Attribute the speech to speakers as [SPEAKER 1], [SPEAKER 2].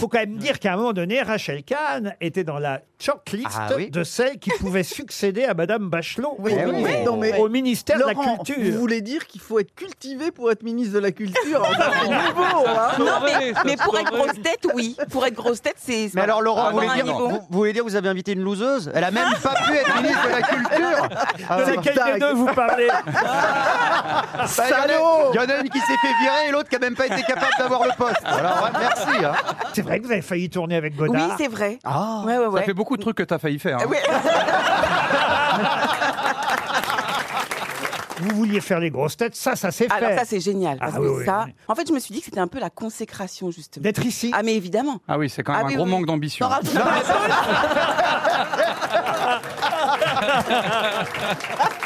[SPEAKER 1] faut quand même dire qu'à un moment donné, Rachel Kahn était dans la shortlist
[SPEAKER 2] Ah oui.
[SPEAKER 1] de celles qui pouvaient succéder à Madame Bachelot
[SPEAKER 3] Oui,
[SPEAKER 1] au,
[SPEAKER 3] oui,
[SPEAKER 1] au-
[SPEAKER 3] non, mais-
[SPEAKER 1] au ministère de la
[SPEAKER 3] Laurent,
[SPEAKER 1] Culture.
[SPEAKER 3] Vous voulez dire qu'il faut être cultivé pour être ministre de la Culture Enfin, c'est nouveau, hein
[SPEAKER 4] Non, mais, mais pour être grosse tête, oui. Pour être grosse tête, c'est.
[SPEAKER 2] Mais alors Laurent,
[SPEAKER 4] avoir
[SPEAKER 2] vous voulez, dire,
[SPEAKER 4] un niveau.
[SPEAKER 2] vous, vous voulez dire vous avez invité une loseuse Elle a même
[SPEAKER 5] Ah
[SPEAKER 2] pas pu être ministre de la Culture Ah,
[SPEAKER 1] De
[SPEAKER 2] bah,
[SPEAKER 1] quel des
[SPEAKER 3] Tag.
[SPEAKER 1] deux vous parlez
[SPEAKER 2] Il y en a-
[SPEAKER 3] Salaud
[SPEAKER 2] il y, en a une qui s'est fait virer et l'autre qui a même pas été capable d'avoir le poste. Alors ouais, merci. hein.
[SPEAKER 1] C'est vrai que vous avez failli tourner avec
[SPEAKER 4] Oui,
[SPEAKER 1] Godard.
[SPEAKER 4] c'est vrai.
[SPEAKER 2] Ah.
[SPEAKER 4] Ouais, ouais, ouais.
[SPEAKER 5] Ça fait beaucoup de trucs que t'as failli faire. hein.
[SPEAKER 4] Ah, ouais.
[SPEAKER 1] vous vouliez faire les grosses têtes, ça, ça s'est
[SPEAKER 4] Alors
[SPEAKER 1] fait.
[SPEAKER 4] ça, c'est génial.
[SPEAKER 1] Ah
[SPEAKER 4] Parce
[SPEAKER 1] oui,
[SPEAKER 4] que
[SPEAKER 1] oui,
[SPEAKER 4] ça,
[SPEAKER 1] oui.
[SPEAKER 4] en fait, je me suis dit que c'était un peu la consécration justement.
[SPEAKER 1] D'être ici.
[SPEAKER 4] Ah, mais évidemment.
[SPEAKER 5] Ah oui, c'est quand même
[SPEAKER 4] Ah
[SPEAKER 5] un
[SPEAKER 4] oui,
[SPEAKER 5] gros
[SPEAKER 4] oui.
[SPEAKER 5] manque d'ambition.
[SPEAKER 4] T'en rajoutes pas.